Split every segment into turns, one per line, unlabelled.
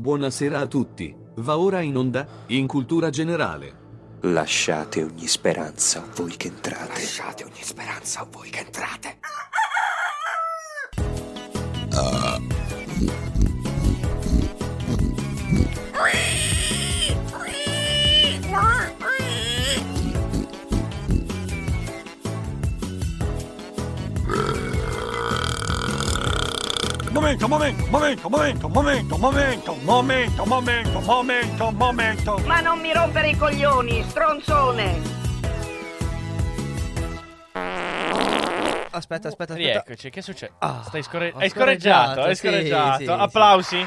Buonasera a tutti. Va ora in onda, in cultura generale.
Lasciate ogni speranza a voi che entrate.
Lasciate ogni speranza a voi che entrate.
Momento, momento, momento, momento, momento, momento, momento, momento, momento, momento.
Ma non mi rompere i coglioni, stronzone!
Aspetta, aspetta, aspetta.
Rieccoci, che succede?
Ah,
Stai scorre-
ho
hai scorreggiato, hai
sì,
scorreggiato.
sì, sì.
Applausi.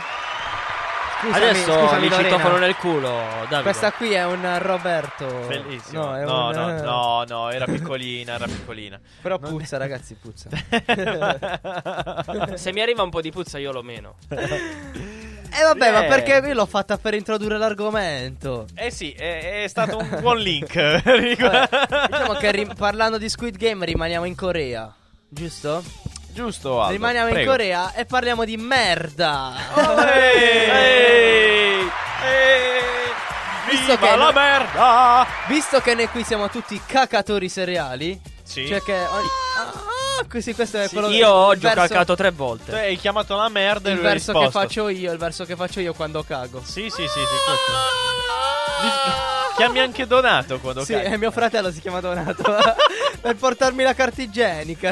Scusami,
Adesso
scusami,
il
Lorena.
citofono nel culo, Davide.
Questa qui è un Roberto.
Bellissimo.
No, è
No,
un- eh,
no, no, no, era piccolina, era piccolina.
Però puzza, ragazzi, puzza.
Eh,
Se mi arriva un po' di puzza io lo meno.
E vabbè, ma
Eh.
perché io l'ho fatta per introdurre l'argomento?
eh sì, è, è stato un buon link.
Vabbè, diciamo che ri- parlando di Squid Game rimaniamo in Corea, giusto?
Giusto, Aldo.
rimaniamo in
prego. Oh,
Corea e parliamo di merda. Cioè,
eh. Ehi! Ehi!
Visto
Viva
che-
la merda!
Visto che noi qui siamo tutti cacatori seriali,
Sì.
cioè che ogni- Ah, così questo è
Sì,
quello
Io
ho
oggi ho calcato tre volte.
Tu hai chiamato la merda e
il
lui ha
verso che
risposto.
faccio io, il verso che faccio io quando cago.
Sì, sì, sì, sì. questo. Di- Chiami anche Donato quando
Sì,
caghi.
eh, mio fratello si chiama Donato per portarmi la carta igienica.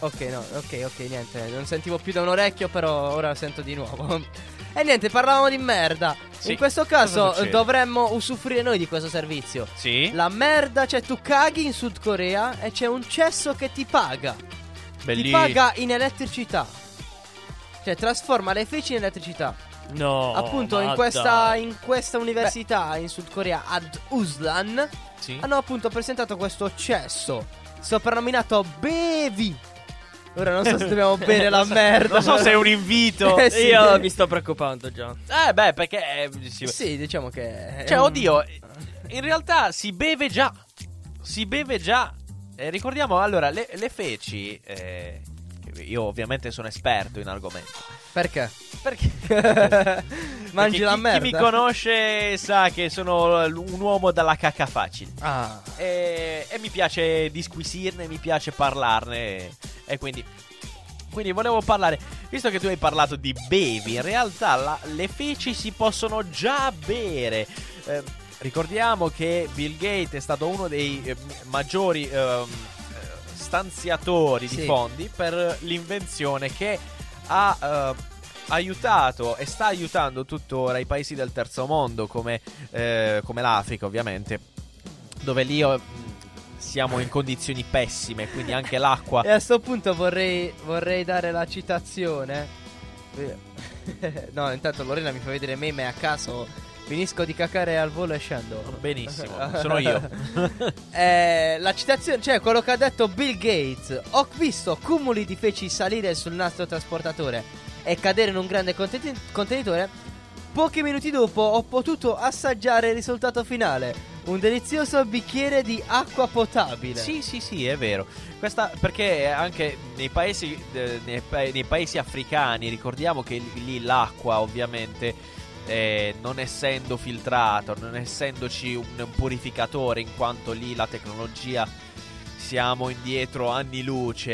ok, no, ok, ok, niente, non sentivo più da un orecchio, però ora sento di nuovo. E niente, parlavamo di merda.
Sì,
In questo
cosa
caso
succede?
dovremmo usufruire noi di questo servizio.
Sì,
La merda, cioè tu caghi in Sud Corea e c'è un cesso che ti paga. Ti
bellissimo.
paga in elettricità. Cioè trasforma le feci in elettricità.
Oh,
No.
Appunto in
ma
questa,
dai.
in questa università in Sud Corea ad Uslan
Sì.
hanno appunto presentato questo cesso soprannominato Bevi. Ora non so se dobbiamo bere la merda.
Non so se è un invito.
Eh, sì.
Io mi sto preoccupando già.
Eh, beh, perché. eh, si-
Sì, diciamo che
Cioè, oddio, in realtà si beve già. Si beve già. Eh, ricordiamo, allora, le, le feci. eh, io, ovviamente, sono esperto in argomento.
Perché?
Perché.
Mangi
perché
la
chi,
merda.
Chi mi conosce sa che sono l- un uomo dalla cacca facile.
Ah.
E, e mi piace disquisirne, mi piace parlarne. E, quindi. Quindi volevo parlare, visto che tu hai parlato di bevi, in realtà la- le feci si possono già bere. Eh, ricordiamo che Bill Gates è stato uno dei eh, maggiori ehm, eh, stanziatori
Sì.
di fondi per l'invenzione che ha eh, aiutato e sta aiutando tuttora i paesi del terzo mondo come, eh, come l'Africa ovviamente dove lì oh, mh, siamo in condizioni pessime quindi anche l'acqua
E a sto punto vorrei, vorrei dare la citazione. Eh, no, intanto Lorena mi fa vedere meme a caso. Finisco di cacare al volo e scendo.
benissimo sono io
Eh, la citazione, cioè quello che ha detto Bill Gates. Ho visto cumuli di feci salire sul nastro trasportatore e cadere in un grande conten- contenitore. Pochi minuti dopo ho potuto assaggiare il risultato finale. Un delizioso bicchiere di acqua potabile.
sì sì sì è vero Questa, perché anche nei paesi eh, nei, pa- nei paesi africani ricordiamo che lì lì l'acqua ovviamente eh, non essendo filtrato, non essendoci un, un purificatore, in quanto lì la tecnologia siamo indietro anni luce,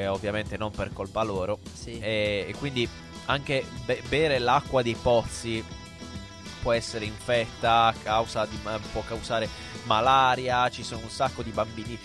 eh, ovviamente non per colpa loro,
Sì.
E, e quindi anche be- bere l'acqua dei pozzi può essere infetta, causa di- ma- può causare malaria, ci sono un sacco di bambini.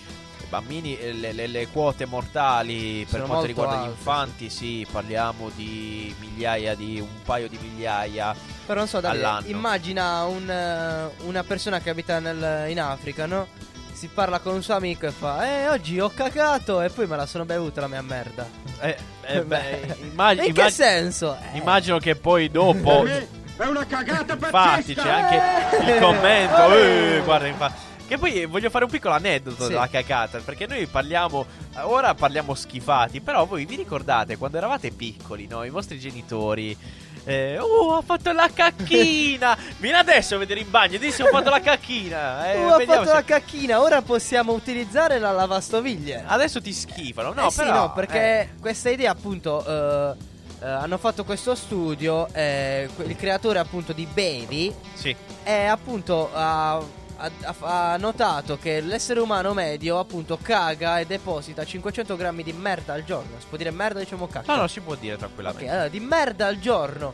Bambini, eh, le, le- le quote mortali per
Sono molto
quanto riguarda
alte,
gli infanti, sì, parliamo di migliaia di un paio di migliaia.
Però non so, Davide,
all'anno.
immagina un, eh, una persona che abita nel- in Africa, no? Si parla con un suo amico e fa Eh, oggi ho cacato e poi me la sono bevuta la mia merda
Eh, eh, beh,
Beh.
immag-
In che
immag-
senso? Eh,
immagino che poi dopo
È una cagata
Infatti cioè. c'è anche il commento eh, Guarda infatti che poi eh, voglio fare un piccolo aneddoto
Sì.
della cacata, perché noi parliamo, ora parliamo schifati, però voi vi ricordate quando eravate piccoli, no? I vostri genitori, eh, oh ha fatto la cacchina, vieni adesso a vedere in bagno, dì se ho fatto la cacchina, eh,
Oh, ho
vediamo
fatto
se-
la cacchina, ora possiamo utilizzare la lavastoviglie
adesso ti schifano, Ah, no?
Eh sì,
però,
no, perché
eh,
questa idea appunto eh, eh, hanno fatto questo studio, eh, que- il creatore appunto di Baby
Sì.
è appunto ha, ha- ha- ha notato che l'essere umano medio appunto caga e deposita 500 grammi di merda al giorno. Si può dire merda, diciamo cacca.
No, no, si può dire
Ok,
tranquillamente.
allora, di merda al giorno.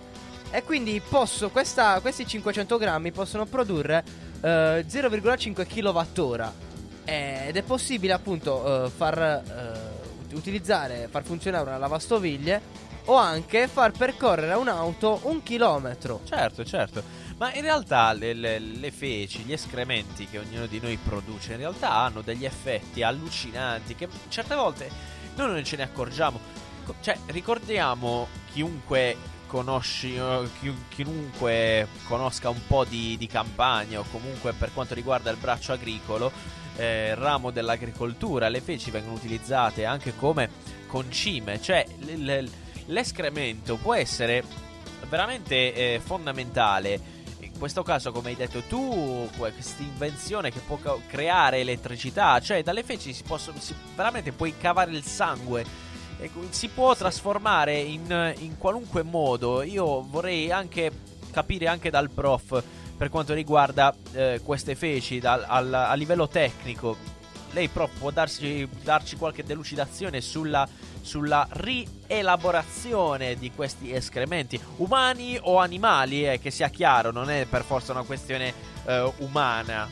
E quindi posso, questa, questi 500 grammi possono produrre eh, 0,5 kWh. Eh, Ed è possibile appunto eh, far eh, ut- utilizzare, far funzionare una lavastoviglie o anche far percorrere a un'auto un chilometro.
Certo, certo. Ma in realtà le, le- le feci, gli escrementi che ognuno di noi produce, in realtà hanno degli effetti allucinanti che certe volte noi non ce ne accorgiamo. Co- Cioè, ricordiamo chiunque conosci, eh, chi- chiunque conosca un po' di, di campagna o comunque per quanto riguarda il braccio agricolo, eh, ramo dell'agricoltura, le feci vengono utilizzate anche come concime, cioè l- l- l'escremento può essere veramente eh, fondamentale. In questo caso, come hai detto tu, questa invenzione che può ca- creare elettricità, cioè dalle feci si possono, si- veramente puoi cavare il sangue. E cu- Si può trasformare in, in qualunque modo. Io vorrei anche capire anche dal prof per quanto riguarda eh, queste feci dal- al- a livello tecnico. Lei, prof, può darci, darci qualche delucidazione sulla, sulla rielaborazione di questi escrementi, umani o animali, eh, che sia chiaro, non è per forza una questione eh, umana.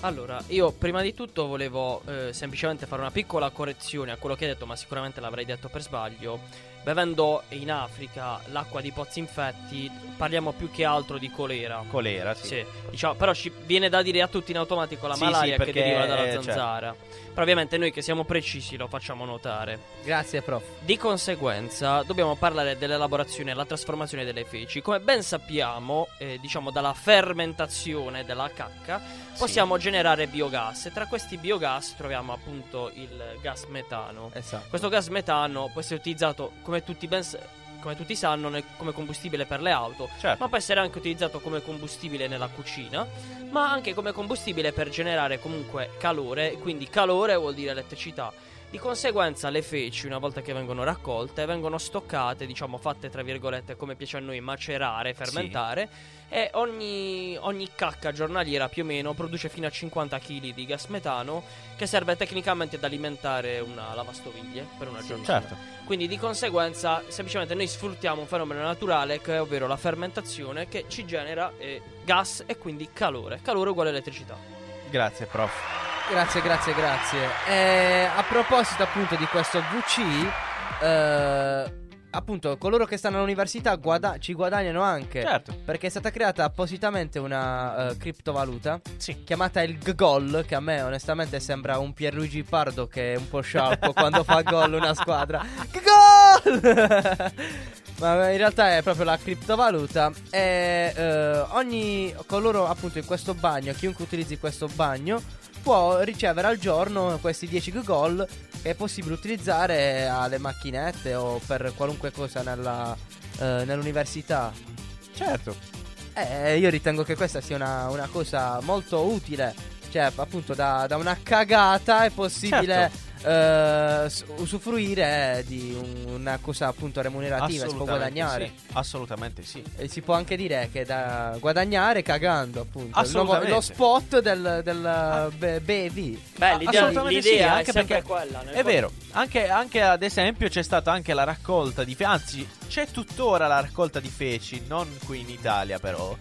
Allora, io prima di tutto volevo eh, semplicemente fare una piccola correzione a quello che hai detto, ma sicuramente l'avrei detto per sbaglio. Bevendo in Africa l'acqua di pozzi infetti, parliamo più che altro di colera.
Colera, sì.
Sì, diciamo, però ci viene da dire a tutti in automatico la
Sì,
malaria
sì,
che
perché,
deriva dalla
eh, cioè-
zanzara. Però ovviamente noi che siamo precisi lo facciamo notare.
Grazie, prof.
Di conseguenza dobbiamo parlare dell'elaborazione e la trasformazione delle feci. Come ben sappiamo, eh, diciamo dalla fermentazione della cacca, possiamo generare biogas e tra questi biogas troviamo appunto il gas metano.
Esatto.
Questo gas metano può essere utilizzato, come tutti, ben s- come tutti sanno, nel- come combustibile per le auto,
Certo.
ma può essere anche utilizzato come combustibile nella cucina, ma anche come combustibile per generare comunque calore, quindi calore vuol dire elettricità. Di conseguenza le feci, una volta che vengono raccolte, vengono stoccate, diciamo fatte tra virgolette come piace a noi macerare, fermentare, e ogni, ogni cacca giornaliera più o meno produce fino a 50 kg di gas metano che serve tecnicamente ad alimentare una lavastoviglie per una giornata.
certo.
Quindi di conseguenza semplicemente noi sfruttiamo un fenomeno naturale che è ovvero la fermentazione che ci genera eh, gas e quindi calore. Calore uguale elettricità.
Grazie, prof.
Grazie, grazie, grazie. Eh, a proposito appunto di questo VC, eh, appunto coloro che stanno all'università guada- ci guadagnano anche.
Certo.
Perché è stata creata appositamente una eh, criptovaluta
Sì.
chiamata il GOL, che a me onestamente sembra un Pierluigi Pardo che è un po' scialpo quando fa gol una squadra. GOL! Ma in realtà è proprio la criptovaluta e eh, ogni coloro appunto in questo bagno, chiunque utilizzi questo bagno può ricevere al giorno questi 10 gol che è possibile utilizzare alle macchinette o per qualunque cosa nella, eh, nell'università.
Certo.
Eh, io ritengo che questa sia una, una cosa molto utile. Cioè, appunto, da, da una cagata è possibile
Certo.
eh, s- usufruire di un- una cosa appunto remunerativa, si può guadagnare.
Sì. Assolutamente sì.
E si può anche dire che da guadagnare cagando, appunto. Il nuovo-
Assolutamente.
lo spot del, del be- bevi.
Beh,
Ah,
l'idea,
assolutamente sì,
l'idea è
anche
sempre
perché-
quella. nel
È vero, anche, anche ad esempio c'è stata anche la raccolta di feci, anzi c'è tuttora la raccolta di feci, non qui in Italia però,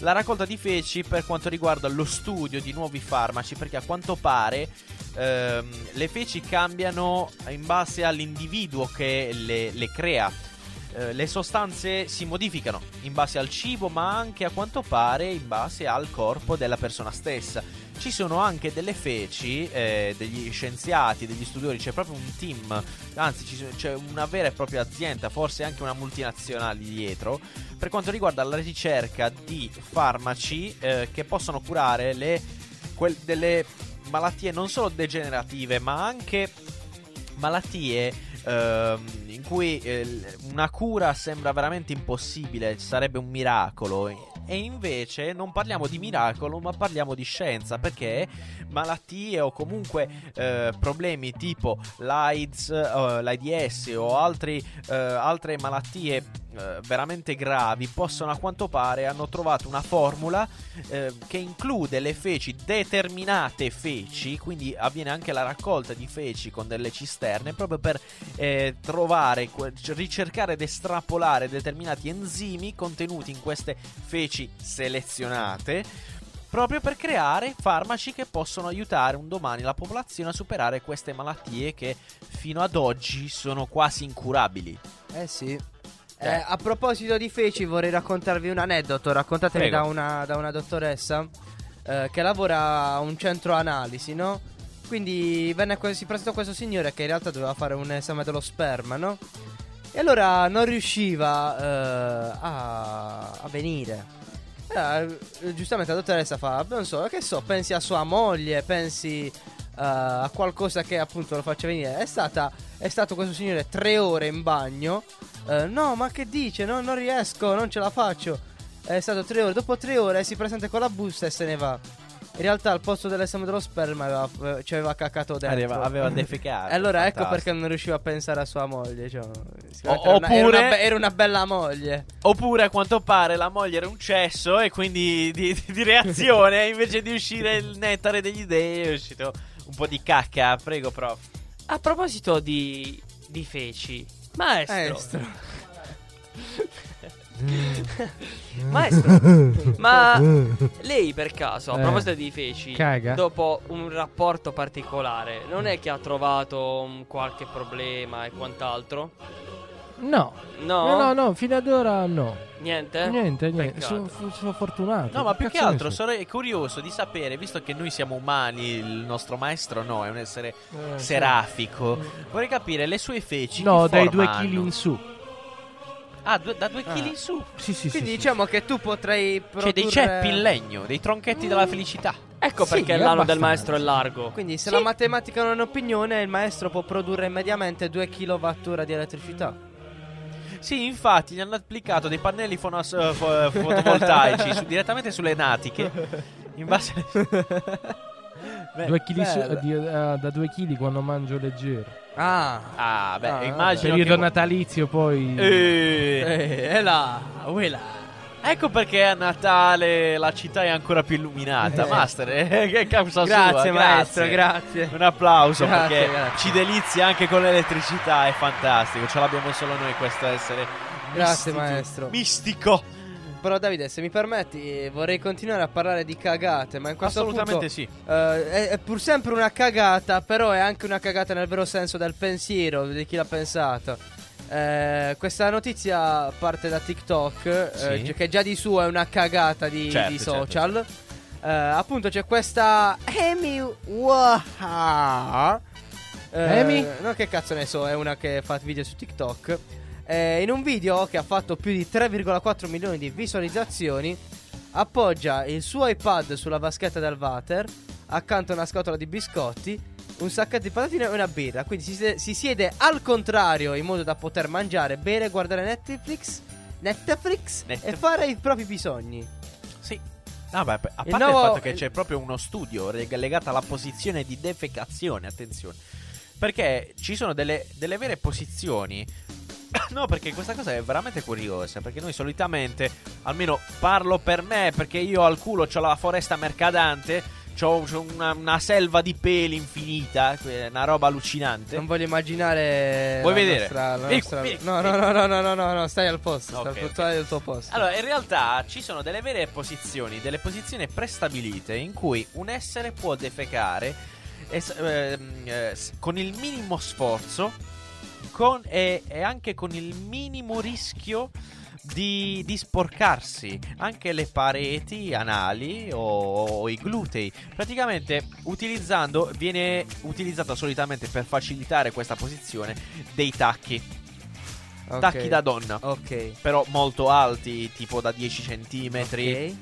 la raccolta di feci per quanto riguarda lo studio di nuovi farmaci, perché a quanto pare ehm, le feci cambiano in base all'individuo che le, le crea. Eh, le sostanze si modificano in base al cibo, ma anche a quanto pare in base al corpo della persona stessa. Ci sono anche delle feci, eh, degli scienziati, degli studiosi, c'è proprio un team, anzi ci so- c'è una vera e propria azienda, forse anche una multinazionale dietro, per quanto riguarda la ricerca di farmaci eh, che possono curare le, quel- delle malattie non solo degenerative, ma anche malattie ehm, in cui eh, l- una cura sembra veramente impossibile, sarebbe un miracolo. E invece non parliamo di miracolo, ma parliamo di scienza, perché malattie o comunque eh, problemi tipo l'AIDS, eh, l'AIDS o altri, eh, altre malattie eh, veramente gravi possono a quanto pare hanno trovato una formula eh, che include le feci determinate feci, quindi avviene anche la raccolta di feci con delle cisterne proprio per eh, trovare, que- ricercare ed estrapolare determinati enzimi contenuti in queste feci selezionate. Proprio per creare farmaci che possono aiutare un domani la popolazione a superare queste malattie che fino ad oggi sono quasi incurabili.
Eh sì. Eh, a proposito di feci, vorrei raccontarvi un aneddoto. Raccontatemi
Prego.
da una, da una dottoressa eh, che lavora a un centro analisi, no? Quindi venne que- si presentò questo signore che in realtà doveva fare un esame dello sperma, no? E allora non riusciva eh, a, a venire. Allora, eh, giustamente la dottoressa fa: Non so, che so, pensi a sua moglie, pensi eh, a qualcosa che appunto lo faccia venire. È, stata, è stato questo signore tre ore in bagno. Eh, no, ma che dice? No, non riesco, non ce la faccio. È stato tre ore. Dopo tre ore si presenta con la busta e se ne va. In realtà al posto dell'esame dello sperma aveva- eh, ci aveva caccato dentro.
Aveva, aveva defecato.
E allora ecco
fantastico.
perché non riusciva a pensare a sua moglie. Cioè, sicuramente
O-
era, una, era
oppure-
una be- era una bella moglie.
Oppure a quanto pare la moglie era un cesso e quindi di, di- di reazione invece di uscire il nettare degli dei è uscito un po' di cacca. Prego, prof.
A proposito di, di feci,
Eh,
maestro.
Maestro.
Maestro, ma lei per caso, a
Eh,
proposito di feci,
caga.
dopo un rapporto particolare, non è che ha trovato un qualche problema e quant'altro?
No.
No,
No, no, no, fino ad ora no.
niente?
Niente, niente.
Peccato.
Sono, sono fortunato.
Eh, No, ma più che
Cazzo ne
altro
so.
sarei curioso di sapere, visto che noi siamo umani, il nostro maestro no, è un essere
Eh, sì.
serafico. Vorrei capire le sue feci.
No,
che
dai
forma
due kg
hanno?
in su. Eh,
Ah, due- da due
Ah.
chili in su.
Sì, sì,
Quindi
sì.
diciamo che tu potrai produrre
C'è dei ceppi in legno, dei tronchetti della felicità.
Ecco
Sì,
perché l'anno del
abbastanza.
maestro è largo.
Quindi se
Sì.
la matematica non è un'opinione, il maestro può produrre mediamente 2 kWh di elettricità.
Sì, infatti, gli hanno applicato dei pannelli fonos- eh, fo- fotovoltaici su- direttamente sulle natiche. In base. Beh,
Due chili su-
bella.
di- eh, da 2 kg quando mangio leggero.
Ah,
Ah, beh,
Ah,
immagino.
Periodo
che-
natalizio poi.
Eh,
eh, eh là, uè là.
Ecco perché a Natale la città è ancora più illuminata,
Eh.
Master. eh, che è causa sua.
Grazie maestro, grazie.
Un applauso
Grazie,
perché
grazie.
ci delizia anche con l'elettricità, è fantastico. Ce l'abbiamo solo noi questo essere.
Grazie,
mistico-
maestro.
Mistico.
Però Davide, se mi permetti, vorrei continuare a parlare di cagate, ma in questo
Assolutamente
punto,
sì.
eh, è, è pur sempre una cagata, però è anche una cagata nel vero senso del pensiero, di chi l'ha pensato. Eh, questa notizia parte da TikTok, eh,
Sì.
gi- che già di suo è una cagata di,
Certo,
di
certo,
social. Eh, appunto c'è questa Amy Waha. Eh,
Amy?
No, che cazzo ne so, è una che fa video su TikTok. Eh, in un video che ha fatto più di 3,4 milioni di visualizzazioni, appoggia il suo iPad sulla vaschetta del water, accanto a una scatola di biscotti, un sacchetto di patatine e una birra. Quindi si, siede- si siede al contrario in modo da poter mangiare, bere, guardare Netflix, Netflix e
Netflix.
fare i propri bisogni.
Sì. No, beh, a parte
Il
il,
nuovo-
fatto che
il-
c'è proprio uno studio reg- legato alla posizione di defecazione, attenzione. Perché ci sono delle, delle vere posizioni. No, perché questa cosa è veramente curiosa. Perché noi solitamente, almeno parlo per me, perché io al culo ho la foresta mercadante. C'ho, c'ho una, una selva di peli infinita. que- Una roba allucinante.
Non voglio immaginare.
Vuoi
la
vedere?
nostra- la
Vic,
nostra-
Vic,
no,
Vic.
no, no, no, no, no, no, no, stai al posto.
Ok,
stai al
ok.
stai al tuo posto.
Allora, in realtà ci sono delle vere posizioni, delle posizioni prestabilite in cui un essere può defecare es- ehm, eh, s- con il minimo sforzo con- e, e anche con il minimo rischio di, di sporcarsi anche le pareti anali o, o i glutei. Praticamente utilizzando, viene utilizzata solitamente per facilitare questa posizione dei tacchi,
Ok.
tacchi da donna
Ok.
però molto alti, tipo da 10 cm,
Ok.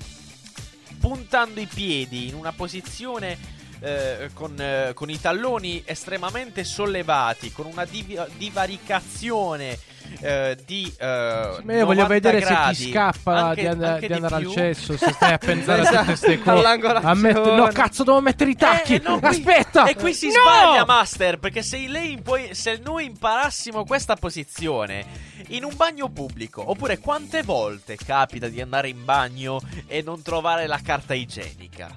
puntando i piedi in una posizione eh, con, eh, con i talloni estremamente sollevati, con una divi- divaricazione eh, di eh,
Ma io voglio
90
vedere se
gradi,
ti scappa
anche-
di, and-
anche
di andare
più.
al cesso. Se stai a pensare a
Esatto,
tutte queste cose,
all'angolazione.
A met- no, cazzo, devo mettere i tacchi.
Eh, no, qui-
Esatto.
Aspetta,
E qui si
No!
sbaglia, Master. Perché se, lei poi, se noi imparassimo questa posizione in un bagno pubblico, oppure quante volte capita di andare in bagno e non trovare la carta igienica?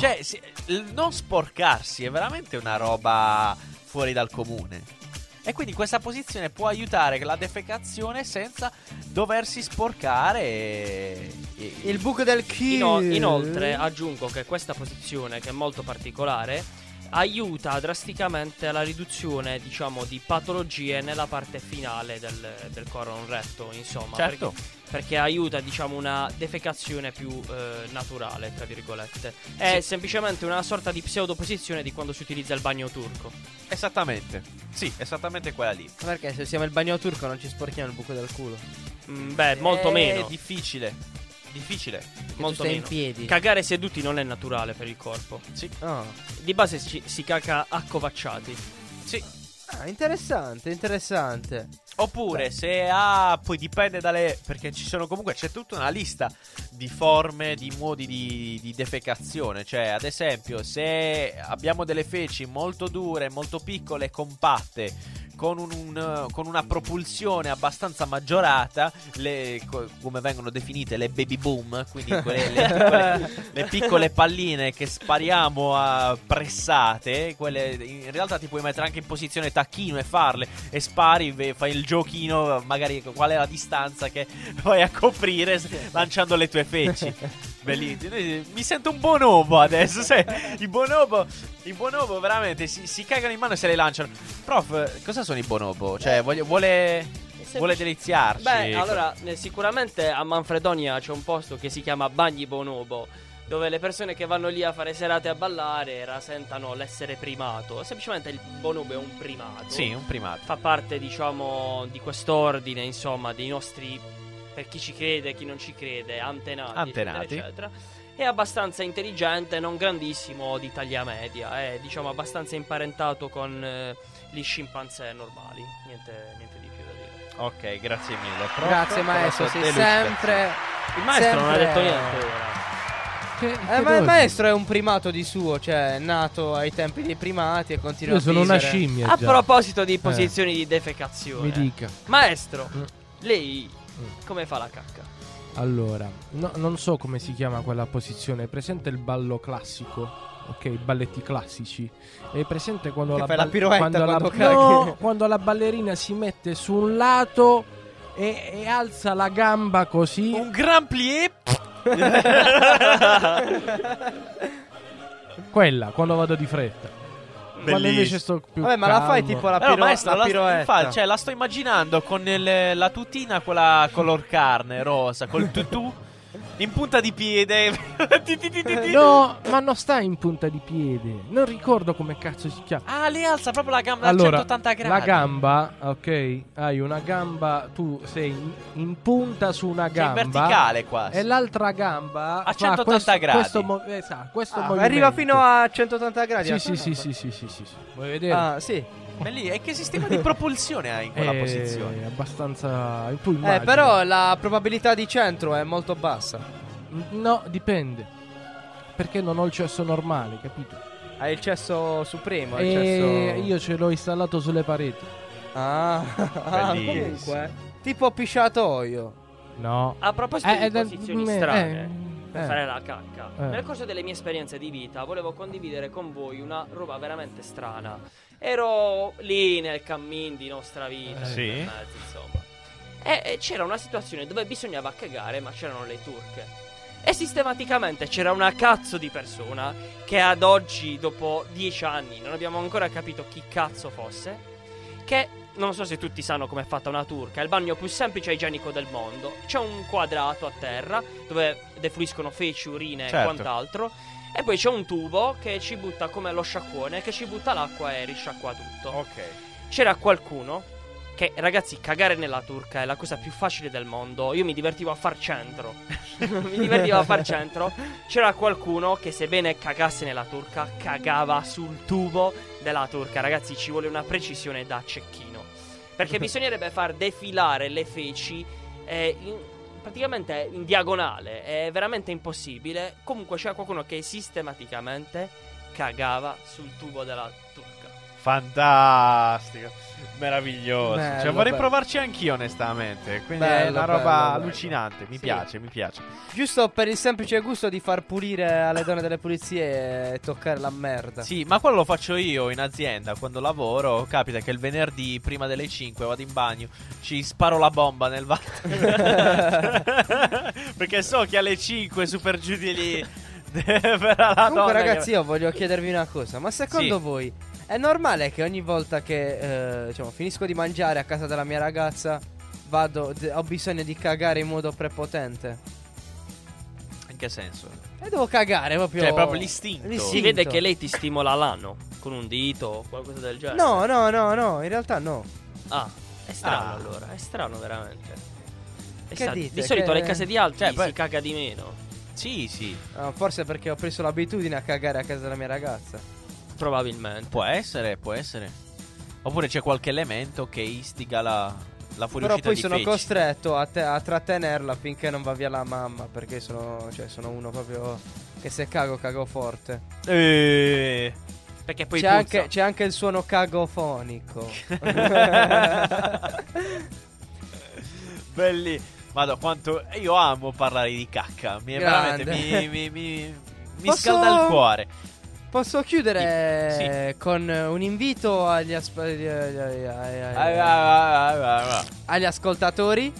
Cioè, si- il non sporcarsi è veramente una roba fuori dal comune. E quindi questa posizione può aiutare la defecazione senza doversi sporcare. e- e-
Il buco del chi.
Ino- inoltre aggiungo che questa posizione, che è molto particolare, aiuta drasticamente alla riduzione, diciamo, di patologie nella parte finale del, del corono retto, insomma.
Certo.
Perché, perché aiuta, diciamo, una defecazione più eh, naturale, tra virgolette. È semplicemente una sorta di pseudoposizione di quando si utilizza il bagno turco.
Esattamente. Sì, esattamente quella lì.
Perché se siamo il bagno turco non ci sporchiamo il buco del culo. Perché
Mm, beh, molto
È
meno.
difficile. Difficile.
Eh, tu
molto
stai
meno.
in piedi.
Cagare seduti non è naturale per il corpo.
Ah.
Di base ci- si caca accovacciati.
Sì.
Ah, interessante, interessante.
Oppure se ha poi dipende dalle perché ci sono comunque c'è tutta una lista di forme, di modi di, di defecazione, cioè ad esempio se abbiamo delle feci molto dure, molto piccole e compatte con, un- un- con una propulsione abbastanza maggiorata, le- co- come vengono definite le baby boom, quindi quelle, le piccole- le piccole palline che spariamo a pressate, quelle in realtà ti puoi mettere anche in posizione tacchino e farle e spari, ve- fai il giochino, magari qual è la distanza che vai a coprire s- lanciando le tue feci. Bellissimo. Noi- eh, Mi sento un bonobo adesso, sai? I bonobo, i bonobo veramente si, si cagano in mano e se le lanciano. Prof, cosa sono i bonobo? Cioè, voglio- vuole... Vuole deliziarci.
Beh,
ecco.
allora, eh, sicuramente a Manfredonia c'è un posto che si chiama Bagni Bonobo, dove le persone che vanno lì a fare serate a ballare rasentano l'essere primato. Semplicemente il bonobo è un primato.
Sì, un primato.
Fa parte, diciamo, di quest'ordine, insomma, dei nostri, per chi ci crede e chi non ci crede, antenati,
Antenati.
eccetera, eccetera. È abbastanza intelligente, non grandissimo, di taglia media. È, diciamo, abbastanza imparentato con eh, gli scimpanzé normali. Niente, niente di più da dire.
Ok, grazie mille. Prof.
Grazie maestro,
Prof.
sei
Deluxe.
sempre...
Il
Ah, ecco,
maestro non ha
sempre-
detto niente ora.
Che-
Eh,
che
ma il
dove-
maestro è un primato di suo, cioè è nato ai tempi dei primati e continua
Io
a
sono una
vivere.
scimmia.
A
già. Eh.
proposito di posizioni di defecazione,
Mi dica.
maestro,
Mm.
lei
Mm.
come fa la cacca?
Allora, no- non so come si chiama quella posizione. È presente il ballo classico? Ok, i balletti classici. È presente quando
Che
la,
fai la
bal-
piroetta quando caghi.
no, quando la ballerina si mette su un lato e, e alza la gamba così.
Un gran plié.
Quella, quando vado di fretta. Quando invece sto più
Vabbè, ma la fai
calmo.
tipo la,
Però
piro-
maestro,
la
la,
piroetta.
infa- cioè, la sto immaginando con il- la tutina quella color carne rosa, col tutù in punta di piede. Ti, ti, ti, ti, ti.
No, ma non sta in punta di piede. Non ricordo come cazzo si chiama.
Ah, le alza proprio la gamba a
Allora,
180 gradi.
la gamba, ok? Hai una gamba, tu sei in, in punta su
Cioè,
una
in
gamba.
verticale quasi.
E l'altra gamba
A
fa
180
questo,
gradi.
Questo, mo- esatto, questo
Ah,
movimento.
arriva fino a 180 gradi.
Sì,
la
sì, sì,
cosa.
sì, sì, sì, sì, sì. Vuoi vedere?
Ah, sì.
Belli- E che sistema di propulsione hai in quella
Eh,
posizione?
abbastanza tu
Eh,
immagini.
però la probabilità di centro è molto bassa.
no, dipende. Perché non ho il cesso normale, capito?
Hai il cesso supremo, hai il
E
cesso...
Eh, io ce l'ho installato sulle pareti.
Ah, ah,
Bellissimo.
comunque. Tipo pisciatoio.
No.
A proposito
Eh, eh,
di posizioni
eh,
strane
eh,
per
eh.
fare la cacca,
Eh.
nel corso delle mie esperienze di vita volevo condividere con voi una roba veramente strana. Ero lì nel cammin di nostra vita,
Eh,
lì
sì.
per mezzo, insomma. E e c'era una situazione dove bisognava cagare, ma c'erano le turche. E sistematicamente c'era una cazzo di persona che ad oggi, dopo dieci anni, non abbiamo ancora capito chi cazzo fosse. Che non so se tutti sanno com'è fatta una turca, è il bagno più semplice e igienico del mondo. C'è un quadrato a terra dove defluiscono feci, urine e
Certo.
quant'altro. E poi c'è un tubo che ci butta come lo sciacquone, che ci butta l'acqua e risciacqua tutto.
Ok.
C'era qualcuno che, ragazzi, cagare nella turca è la cosa più facile del mondo. Io mi divertivo a far centro. mi divertivo a far centro. C'era qualcuno che, sebbene cagasse nella turca, cagava sul tubo della turca. Ragazzi, ci vuole una precisione da cecchino. Perché bisognerebbe far defilare le feci eh, in- praticamente in diagonale. È veramente impossibile. Comunque c'era qualcuno che sistematicamente cagava sul tubo della turca.
Fantastico, meraviglioso.
Bello,
cioè, vorrei
bello.
provarci anch'io, onestamente. Quindi è
Bello,
una
bello,
roba
bello.
allucinante. Mi
Sì.
piace, mi piace.
Giusto per il semplice gusto di far pulire alle donne delle pulizie e toccare la merda.
Sì, ma quello lo faccio io in azienda quando lavoro. Capita che il venerdì prima delle 5 vado in bagno, ci sparo la bomba nel water. Perché so che alle 5 super giù di lì. verrà la Ah, donna
Comunque,
che-
ragazzi, io voglio chiedervi una cosa: ma secondo
Sì.
voi è normale che ogni volta che eh, diciamo, finisco di mangiare a casa della mia ragazza vado, d- ho bisogno di cagare in modo prepotente?
In che senso?
E devo cagare proprio.
Cioè, proprio l'istinto.
Si vede che lei ti stimola l'ano con un dito o qualcosa del genere.
No, no, no, no, in realtà no.
Ah, è strano
Ah.
allora, è strano veramente. E
Che
sa,
dite?
Di solito
Che-
alle case di altri
Cioè, poi-
si caga di meno.
Sì, sì,
Ah, forse perché ho preso l'abitudine a cagare a casa della mia ragazza.
Probabilmente.
può essere, può essere. Oppure c'è qualche elemento che istiga la, la fuoriuscita
Però poi
di
sono
feci.
costretto a, te- a trattenerla finché non va via la mamma. Perché sono, cioè, sono uno proprio che se cago, cago forte.
Eh.
Perché poi
c'è,
puzza.
anche, c'è anche il suono cagofonico.
Belli. Vado, quanto. Io amo parlare di cacca. Mi,
Grande.
veramente mi, mi, mi, mi
Posso-
scalda il cuore.
Posso chiudere con un invito agli, asp- agli- agli-
Ah,
agli-
ah, ah, ah, ah.
agli ascoltatori.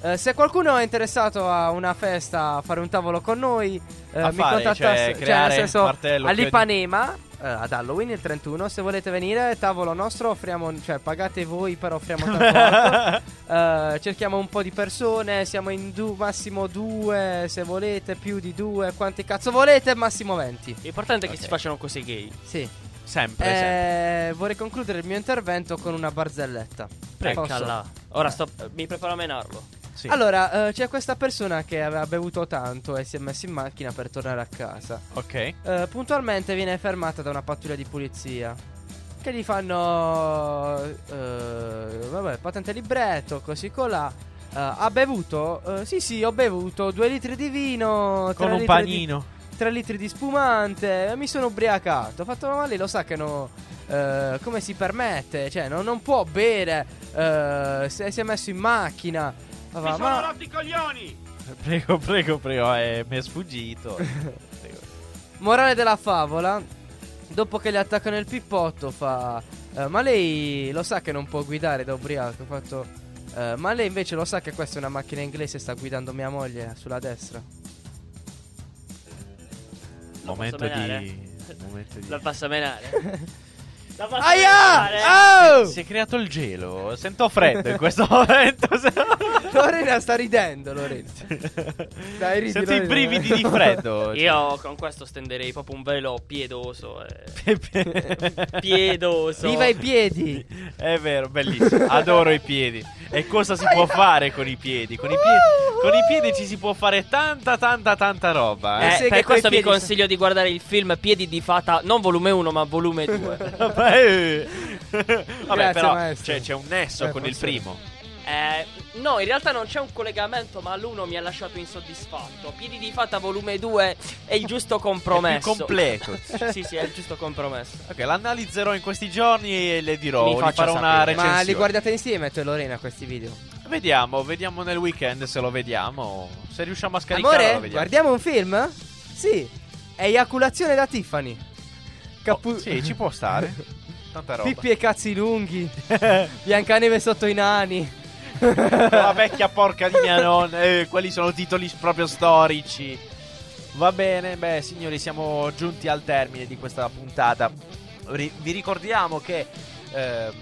Eh, se qualcuno è interessato a una festa, a fare un tavolo con noi, eh,
A
mi
fare,
contattasse
cioè, creare martello,
all'Ipanema eh, ad Halloween il 31. Se volete venire, tavolo nostro, offriamo, cioè pagate voi, però offriamo tanto alcol. Eh, cerchiamo un po' di persone. Siamo in du- massimo due. Se volete, più di due, quanti cazzo volete, massimo 20.
L'importante è che
Ok.
si facciano cose gay.
Sì.
Sempre, sempre.
Eh, vorrei concludere il mio intervento con una barzelletta.
Prego.
Posso?
Calla. Ora sto. Mi preparo a menarlo.
Sì.
Allora, eh, c'è questa persona che aveva bevuto tanto e si è messa in macchina per tornare a casa.
Ok.
Eh, puntualmente viene fermata da una pattuglia di polizia. Che gli fanno. eh, vabbè, patente libretto, così colà. Eh, ha bevuto? Eh, sì, sì, ho bevuto due litri di vino. tre
Con un
litri di-
panino.
3 litri di spumante. eh, Mi sono ubriacato. Ho fatto male, lo sa che no. eh, come si permette? Cioè, no- non può bere. eh, se- si è messo in macchina. Aveva- ma-
Prego, prego, prego. eh, mi è sfuggito. Prego.
Morale della favola. Dopo che le attaccano il pippotto, fa. "Eh, ma lei lo sa che non può guidare da ubriaco. Ho fatto. "Eh, ma lei invece lo sa che questa è una macchina inglese e sta guidando mia moglie sulla destra.
Lo posso
Momento di.
menare?
Momento di.
La posso menare. La posso menare?
Aia! Oh!
Si è creato il gelo. Sento freddo in questo momento.
Lorena sta ridendo, Lorena. Dai, ridi,
Sento
Lorena.
i brividi di freddo. cioè.
Io con questo stenderei proprio un velo piedoso. eh.
Piedoso.
Piedoso.
Viva i piedi!
È vero, bellissimo. Adoro i piedi. E cosa si può fare con i piedi? Con i piedi, con i piedi ci si può fare tanta, tanta, tanta roba.
Eh,
Eh.
Sì, che coi
per questo vi
piedi-
consiglio di guardare il film Piedi di Fata, non volume 1, ma volume 2.
Vabbè,
Grazie,
però
maestro.
c'è, c'è un nesso
Eh,
con il
forse-
primo.
Eh, no, in realtà non c'è un collegamento, ma l'uno mi ha lasciato insoddisfatto. Piedi di Fata volume 2 è il giusto
È
compromesso.
più completo.
sì, sì, è il giusto compromesso.
Ok, l'analizzerò in questi giorni e le dirò.
Mi
gli
faccia
farò una
sapere.
recensione.
Ma li guardate insieme, tu e Lorena, questi video.
Vediamo, vediamo nel weekend se lo vediamo. Se riusciamo a scaricarlo, lo
Amore,
vediamo.
guardiamo un film? Sì, è eiaculazione da Tiffany. Capu-
Oh, sì, ci può stare. Tanta roba.
Pippi e cazzi lunghi. Biancaneve sotto i nani.
la vecchia porca di mia nonna. Eh, quelli sono titoli proprio storici. Va bene, beh, signori, siamo giunti al termine di questa puntata. Ri- vi ricordiamo che ehm,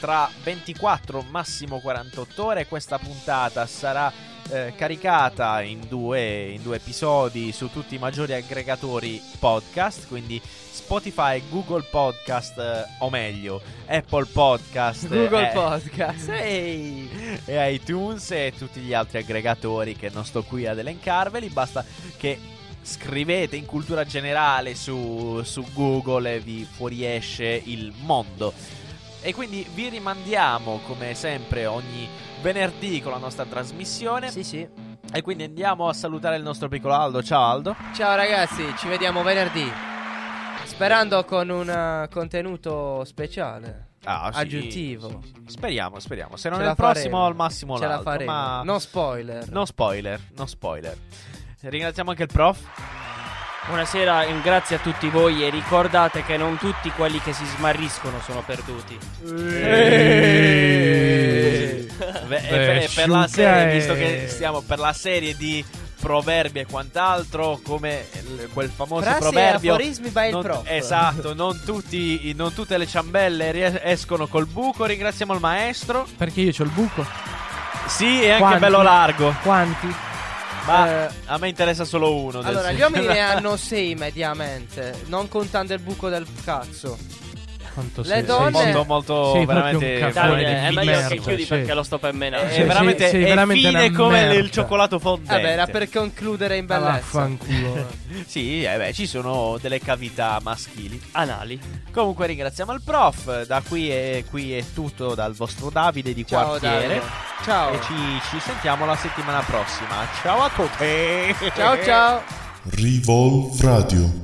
tra 24 massimo 48 ore questa puntata sarà eh, caricata in due, in due episodi su tutti i maggiori aggregatori podcast, quindi Spotify, Google Podcast, eh, o meglio, Apple Podcast,
Google
eh,
Podcast. Ehi.
e iTunes e tutti gli altri aggregatori che non sto qui ad elencarveli. Basta che scrivete in cultura generale su, su Google e vi fuoriesce il mondo. E quindi vi rimandiamo, come sempre, ogni venerdì con la nostra trasmissione.
Sì, sì.
E quindi andiamo a salutare il nostro piccolo Aldo. Ciao Aldo.
Ciao ragazzi, ci vediamo venerdì. Sperando con un eh, contenuto speciale.
Ah, sì,
Aggiuntivo.
sì, sì. Speriamo, speriamo. Se non
Ce
è
la
il prossimo,
faremo.
al massimo
Ce la
l'altro.
faremo.
Ma
No spoiler.
no spoiler, no spoiler. Ringraziamo anche il prof.
Buonasera e grazie a tutti voi e ricordate che non tutti quelli che si smarriscono sono perduti.
Beh, e per- e per la serie, visto che stiamo per la serie di proverbi e quant'altro, come il- quel famoso
Frasi e
proverbio.
aforismi by il
non-
prof.
Esatto, non, tutti, i- non tutte le ciambelle ries- escono col buco. Ringraziamo il maestro.
Perché io ho il buco.
Sì, e anche
Quanti?
bello largo.
Quanti?
Ma
Eh.
a me interessa solo uno. del-
Allora, gli uomini ne hanno 6 mediamente, non contando il buco del cazzo.
Quanto
Le
sei- sei-
donne-
sei-
molto, molto
Sei proprio
veramente.
un cafone
Davide,
di
è
di
meglio
merda,
che chiudi
sì.
perché lo sto per menare.
È
Sei-
veramente,
sei- sei
è
veramente
fine
una
come
merda.
il cioccolato fondente.
Vabbè, era per concludere in
Ma
bellezza.
Vaffanculo.
Sì, eh beh, ci sono delle cavità maschili.
Anali.
Comunque ringraziamo il prof. Da qui è, qui è tutto dal vostro Davide di
Ciao
quartiere.
Davide. Ciao.
E ci, ci sentiamo la settimana prossima. Ciao a tutti.
Ciao ciao.
Revolve Radio.